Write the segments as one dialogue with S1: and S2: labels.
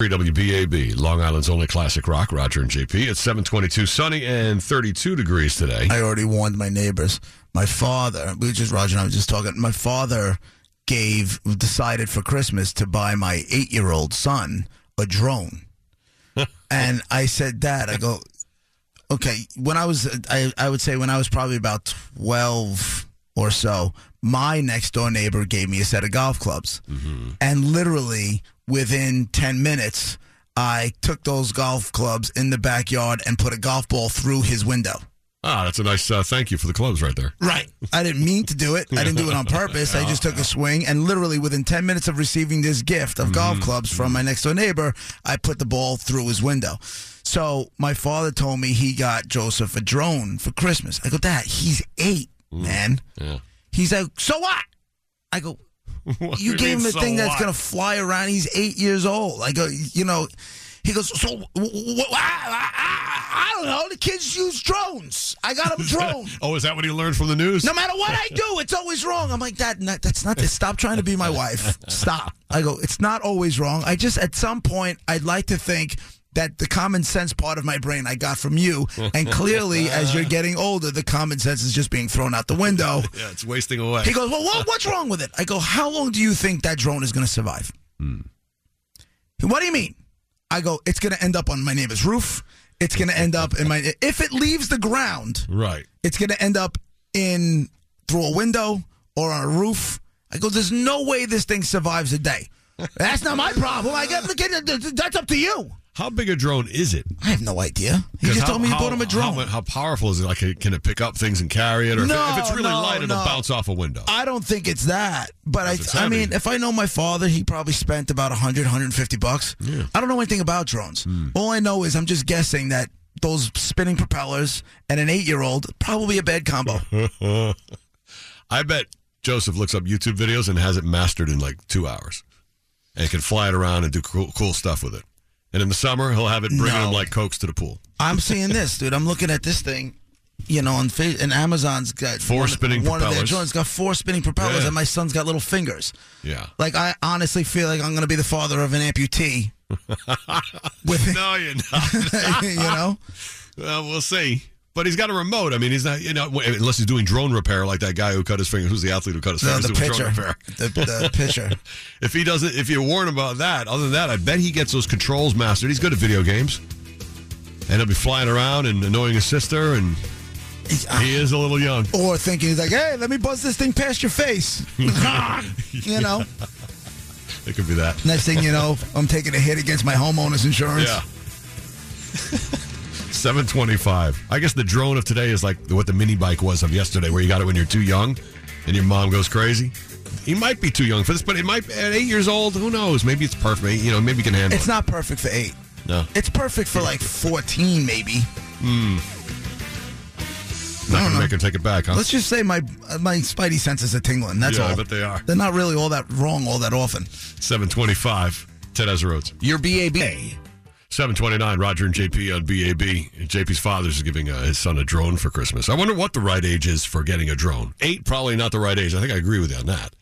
S1: 3 WBAB, Long Island's only classic rock, Roger and JP. It's 722 sunny and 32 degrees today.
S2: I already warned my neighbors. My father, we were just Roger and I was just talking. My father gave decided for Christmas to buy my eight year old son a drone, and I said, "Dad, I go, okay." When I was, I, I would say when I was probably about twelve or so, my next door neighbor gave me a set of golf clubs, and literally within ten minutes. I took those golf clubs in the backyard and put a golf ball through his window.
S1: Ah, that's a nice uh, thank you for the clubs right there.
S2: Right. I didn't mean to do it. I didn't do it on purpose. I just took a swing, and literally within 10 minutes of receiving this gift of golf
S1: Mm-hmm.
S2: clubs from my next door neighbor, I put the ball through his window. So my father told me he got Joseph a drone for Christmas. I go, Dad, he's eight, man.
S1: Yeah.
S2: He's like, So what? I go,
S1: What do
S2: you gave
S1: mean,
S2: him a
S1: so
S2: thing that's
S1: what?
S2: going to fly around. He's eight years old. Like, uh, you know, he goes, so wh- wh- I, I, I don't know. The kids use drones. I got him a drone.
S1: Oh, is that what he learned from the news?
S2: No matter what I do, it's always wrong. I'm like, that. Not, that's not. Stop trying to be my wife. Stop. I go. It's not always wrong. I just at some point I'd like to think that the common sense part of my brain I got from you, and clearly as you're getting older, the common sense is just being thrown out the window.
S1: Yeah, it's wasting away.
S2: He goes, well, what, what's wrong with it? I go, how long do you think that drone is going to survive? What do you mean? I go, it's going to end up on my neighbor's roof. It's going to end up in my if it leaves the ground.
S1: right.
S2: It's going to end up in through a window or on a roof. I go, there's no way this thing survives a day. That's not my problem. I get, get- that's up to you.
S1: How big a drone is it?
S2: I have no idea. He just
S1: how,
S2: told me he
S1: how-
S2: bought him a drone.
S1: How, how powerful is it? Like, can it pick up things and carry it? Or if it-
S2: No,
S1: if, it's really
S2: no,
S1: light, it'll
S2: no.
S1: bounce off a window.
S2: I don't think it's that, but I,
S1: Because it's
S2: I
S1: heavy.
S2: mean, if I know my father, he probably spent about 100, 150 bucks. I don't know anything about drones.
S1: Hmm.
S2: All I know is I'm just guessing that those spinning propellers and an eight year old probably a bad combo.
S1: I bet Joseph looks up YouTube videos and has it mastered in like two hours, and can fly it around and do cool, cool stuff with it. And in the summer, he'll have it bringing
S2: No.
S1: him like cokes to the pool.
S2: I'm seeing this, dude. I'm looking at this thing. You know, on Fa- and Amazon's got
S1: Four
S2: one,
S1: spinning
S2: one of their
S1: propellers.
S2: drones got four spinning propellers,
S1: Yeah.
S2: and my son's got little fingers.
S1: Yeah.
S2: Like I honestly feel like I'm going to be the father of an amputee. with
S1: No, you're not.
S2: you know,
S1: well, we'll see. But he's got a remote. I mean, he's not, you know, unless he's doing drone repair like that guy who cut his fingers. Who's the athlete who cut his
S2: no,
S1: fingers
S2: the
S1: doing
S2: pitcher,
S1: drone repair?
S2: the, the pitcher.
S1: If he doesn't, if you're worried about that, other than that, I bet he gets those controls mastered. He's good at video games, and he'll be flying around and annoying his sister. And he is a little young.
S2: or thinking he's like, "Hey, let me buzz this thing past your face," you know.
S1: It could be that.
S2: Next thing you know, I'm taking a hit against my homeowner's insurance.
S1: Yeah. 725. I guess the drone of today is like what the mini bike was of yesterday, where you got it when you're too young and your mom goes crazy. He might be too young for this, but it might at eight years old. Who knows? Maybe it's perfect. You know, maybe you can handle
S2: It's
S1: it.
S2: not perfect for eight.
S1: no,
S2: It's perfect for like 14, maybe.
S1: not
S2: don't
S1: gonna
S2: know.
S1: make her take it back, huh?
S2: Let's just say my my spidey senses are tingling. That's
S1: Yeah, I
S2: all.
S1: bet they are.
S2: They're not really all that wrong all that often.
S1: 725. Ted Ezra Rhodes.
S3: Your BAB.
S1: 729. Roger and JP on BAB. JP's father's is giving uh, his son a drone for Christmas. I wonder what the right age is for getting a drone. Eight, probably not the right age. I think I agree with you on that.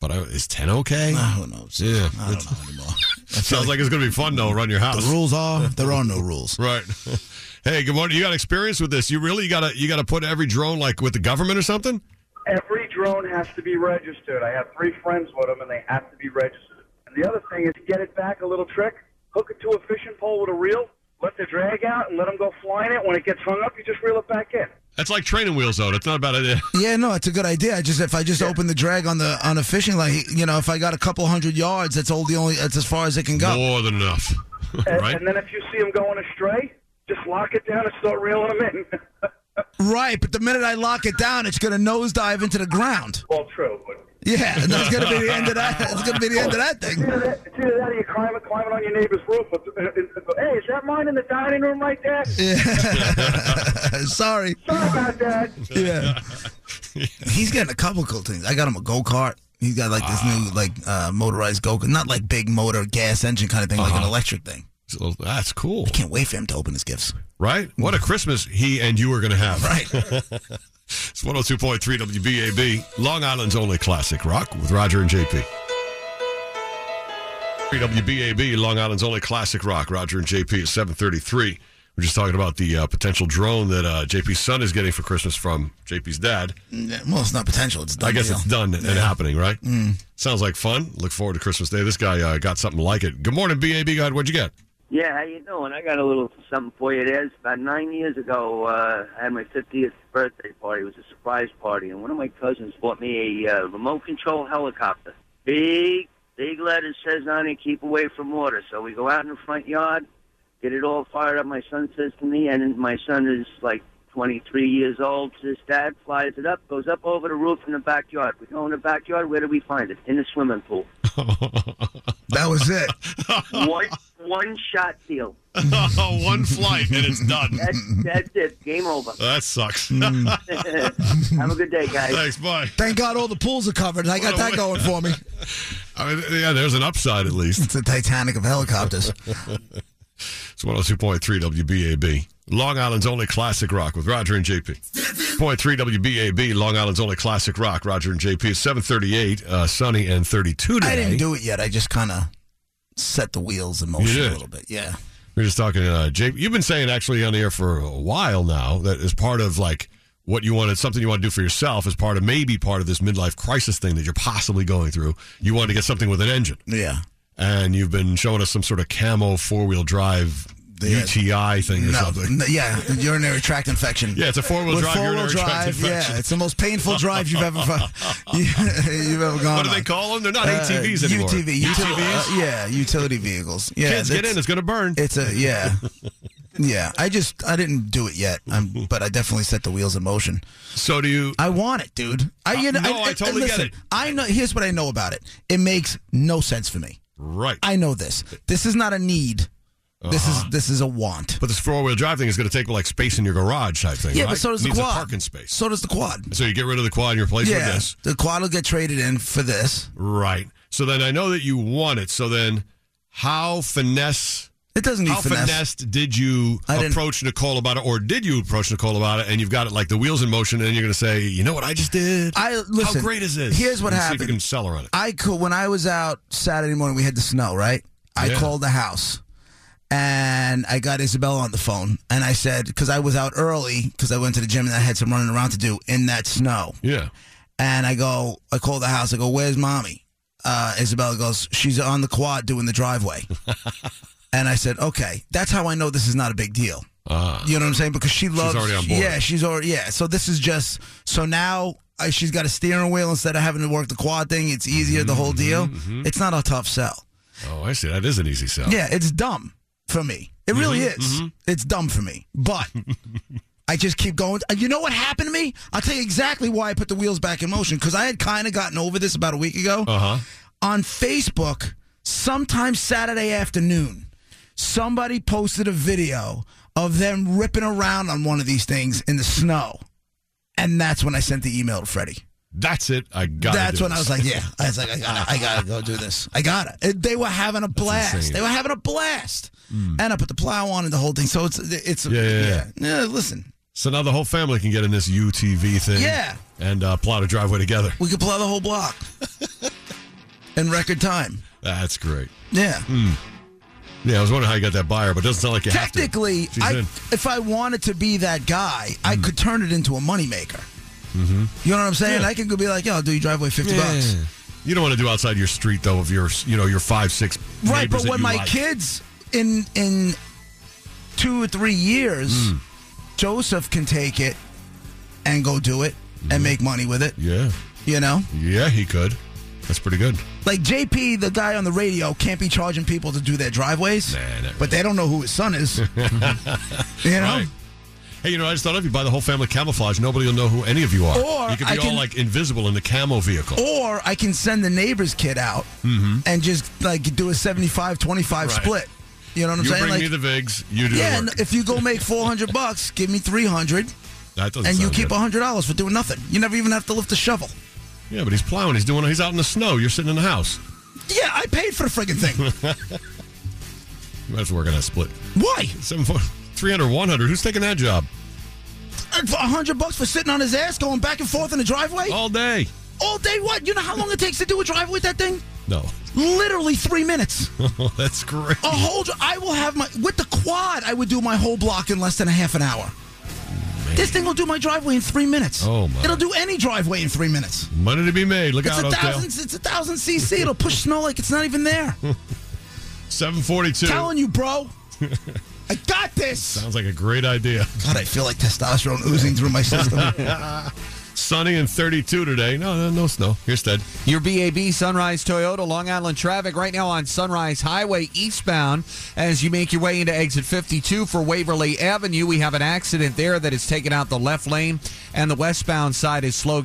S1: But I, is 10 okay?
S2: Ah, who knows?
S1: Yeah.
S2: I don't know anymore.
S1: Sounds like it's going to be fun though around your
S2: the
S1: house.
S2: rules are there are no rules.
S1: Right. Hey, good morning. You got experience with this? You really got to you got to put every drone like with the government or something?
S4: every drone has to be registered. I have three friends with them, and they have to be registered. And the other thing is to get it back a little trick. Hook it to a fishing pole with a reel, let the drag out, and let them go flying it. When it gets hung up, you just reel it back in.
S1: That's like training wheels though. That's not a bad idea.
S2: Yeah, no, it's a good idea. I just if I just open the drag on the on a fishing line, you know, if I got a couple hundred yards, that's all the only that's as far as it can go.
S1: More than enough.
S4: And,
S1: right?
S4: Uh, and then if you see them going astray, just lock it down and start reeling them in.
S2: Right, but the minute I lock it down, it's going to nosedive into the ground.
S4: well, true. But
S2: Yeah, and that's gonna be the end of that. That's gonna be the end of that
S4: It's
S2: thing.
S4: either that, it's either that or you climb climbing on your neighbor's roof. But, uh, uh, hey, is that mine in the dining room right there? Sorry
S2: Sorry.
S4: about that.
S2: Yeah. He's getting a couple cool things. I got him a go kart. He's got like this new like uh, motorized go kart, not like big motor gas engine kind of thing,
S1: Uh-huh.
S2: like an electric thing.
S1: So that's cool,
S2: Can't wait for him to open his gifts.
S1: right? What a Christmas he and you are going to have.
S2: Right.
S1: It's 102.3 WBAB, Long Island's only classic rock with Roger and JP. WBAB, Long Island's only classic rock. Roger and JP at 733. We're just talking about the uh, potential drone that uh, JP's son is getting for Christmas from JP's dad.
S2: well, it's not potential. It's done
S1: I guess
S2: deal.
S1: it's done and happening, right? Sounds like fun. Look forward to Christmas Day. This guy uh, got something like it. Good morning, BAB God. What'd you get?
S3: Yeah, how you doing? I got a little something for you. There's about nine years ago, uh, I had my 50th birthday party. It was a surprise party, and one of my cousins bought me a uh, remote control helicopter. Big, big letter says on it, "Keep away from water." So we go out in the front yard, get it all fired up. My son says to me, and my son is like 23 years old. His dad flies it up, goes up over the roof in the backyard. We go in the backyard. Where do we find it? In the swimming pool.
S2: That was it.
S3: one, one shot deal.
S1: One flight and it's done.
S3: That's, that's it. Game over.
S1: that sucks.
S3: Have a good day, guys.
S1: Thanks. Bye.
S2: Thank God all the pools are covered. I got that going for me.
S1: I mean, yeah, there's an upside at least.
S2: It's the Titanic of helicopters.
S1: It's 102.3 WBAB, Long Island's only classic rock with Roger and JP. Point three WBAB, Long Island's only classic rock. Roger and JP is 738, uh, sunny and 32 today.
S2: I didn't do it yet. I just kind of set the wheels in motion
S1: did.
S2: a little bit. Yeah.
S1: We We're just talking, uh, JP. You've been saying actually on the air for a while now that as part of like what you wanted, something you want to do for yourself, as part of maybe part of this midlife crisis thing that you're possibly going through, you wanted to get something with an engine.
S2: Yeah.
S1: And you've been showing us some sort of camo four wheel drive
S2: Yeah.
S1: UTI thing or
S2: No,
S1: something.
S2: no, yeah, urinary tract infection.
S1: Yeah, it's a four-wheel
S2: With
S1: drive
S2: four-wheel
S1: urinary tract
S2: drive,
S1: infection.
S2: Yeah, it's the most painful drive you've ever fu- you, have ever gone.
S1: What do they
S2: on.
S1: call them? They're not
S2: Uh,
S1: ATVs anymore.
S2: UTV,
S1: UTVs?
S2: uh, yeah, utility vehicles. Yeah,
S1: Kids, get
S2: that's-
S1: in. It's going to burn.
S2: It's a yeah, yeah. I just I didn't do it yet, I'm, but I definitely set the wheels in motion.
S1: So do you?
S2: I want it, dude. I you know,
S1: no, I totally get
S2: listen,
S1: it.
S2: I know. Here's what I know about it. It makes no sense for me.
S1: Right.
S2: I know this. This is not a need. This
S1: Uh-huh.
S2: is this is a want.
S1: but this four-wheel drive thing is going to take like space in your garage type thing.
S2: Yeah,
S1: right?
S2: but so does
S1: Needs
S2: the quad.
S1: a parking space. So,
S2: So does the quad.
S1: you get rid of the quad and you replace it with
S2: Yeah,
S1: this.
S2: the quad will get traded in for this.
S1: Right. So then I know that you want it. So then, how finesse?
S2: It doesn't need
S1: How
S2: finesse.
S1: finessed did you
S2: I didn't-
S1: approach Nicole about it, or did you approach Nicole about it? And you've got it like the wheels in motion, and you're going to say, "You know what I just did?
S2: I listen.
S1: how great is this?
S2: Here's what
S1: and See if you can
S2: happened.
S1: sell her on it.
S2: I could when I was out Saturday morning. We had the snow, right? I
S1: Yeah.
S2: called the house, and I got Isabella on the phone, and I said because I was out early because I went to the gym and I had some running around to do in that snow.
S1: yeah.
S2: And I go, I call the house. I go, where's mommy? Uh, Isabella goes, she's on the quad doing the driveway. and I said, okay, that's how I know this is not a big deal.
S1: Ah.
S2: You know what I'm saying? Because she loves.
S1: already on board.
S2: Yeah, she's already. Yeah. So this is just. So now I, she's got a steering wheel instead of having to work the quad thing. It's easier the
S1: Mm-hmm,
S2: whole deal. It's not a tough sell.
S1: Oh, I see. That is an easy sell.
S2: Yeah, it's dumb for me. It really
S1: Mm-hmm,
S2: is. It's dumb for me. But I just keep going. Uh, You know what happened to me? I'll tell you exactly why I put the wheels back in motion because I had kind of gotten over this about a week ago
S1: Uh huh.
S2: on Facebook sometime Saturday afternoon. Somebody posted a video of them ripping around on one of these things in the snow. And that's when I sent the email to Freddie.
S1: That's it. I got.
S2: That's when I was like, yeah. I was like, I gotta, I gotta go do this. I gotta. It, they were having a blast.
S1: insane. Hmm.
S2: They were having a blast. And I put the plow on and the whole thing. So it's, it's,
S1: Yeah, yeah, yeah.
S2: yeah. Yeah, listen,
S1: So now the whole family can get in this UTV thing.
S2: Yeah.
S1: And uh, plot a driveway together.
S2: we could plow the whole block in record time.
S1: That's great.
S2: Yeah.
S1: Yeah, I was wondering how you got that buyer, but it doesn't sound like you have to.
S2: technically,
S1: She's
S2: I,
S1: in.
S2: if I wanted to be that guy, I
S1: Mm-hmm.
S2: could turn it into a moneymaker. You know what I'm saying? I could go be like, yo, do your driveway 50 bucks.
S1: You don't want to do outside your street though. If you're, you know, your five six.
S2: Right,
S1: neighbors
S2: but
S1: that
S2: when
S1: you
S2: my
S1: like.
S2: kids in in two or three years,
S1: Mm.
S2: Joseph can take it and go do it
S1: Mm-hmm.
S2: and make money with it.
S1: Yeah,
S2: You know,
S1: yeah, he could. That's pretty good.
S2: like JP, the guy on the radio, can't be charging people to do their driveways,
S1: Nah, not
S2: but they don't know who his son is. you know,
S1: Right. Hey, you know, I just thought if you buy the whole family camouflage, nobody will know who any of you are.
S2: Or
S1: you could be
S2: I
S1: all
S2: can-
S1: like invisible in the camo vehicle.
S2: Or I can send the neighbor's kid out and just like do a 75
S1: Mm-hmm.
S2: 25
S1: Right.
S2: split. You know what I'm
S1: you
S2: saying?
S1: bring
S2: like,
S1: me the Vigs, you do
S2: yeah,
S1: the
S2: and
S1: work.
S2: if you go make 400 bucks, give me 300
S1: That doesn't
S2: and you
S1: sound
S2: keep
S1: good.
S2: $100 for doing nothing. You never even have to lift a shovel.
S1: Yeah, but he's plowing. He's doing. He's out in the snow. You're sitting in the house.
S2: Yeah, I paid for the friggin' thing.
S1: You might have to work on that split.
S2: Why?
S1: Seven four. 300, 100. Who's taking that job?
S2: Uh, For 100 bucks for sitting on his ass going back and forth in the driveway?
S1: All day.
S2: All day what? You know how long it takes to do a driveway with that thing?
S1: No.
S2: Literally three minutes.
S1: That's great.
S2: A whole. dr- I will have my with the quad. I would do my whole block in less than a half an hour. This thing will do my driveway in three minutes.
S1: Oh, my.
S2: It'll do any driveway in three minutes.
S1: Money to be made. Look
S2: It's
S1: out,
S2: a
S1: Oakdale.
S2: thousand. It's a thousand cc. It'll push snow like it's not even there.
S1: 742.
S2: Telling you, bro. I got this.
S1: Sounds like a great idea.
S2: God, I feel like testosterone oozing through my system.
S1: Sunny and 32 today. No, no, no snow. Here's Ted.
S5: Your BAB Sunrise Toyota Long Island traffic right now on Sunrise Highway eastbound as you make your way into exit 52 for Waverly Avenue. We have an accident there that has taken out the left lane and the westbound side is slow.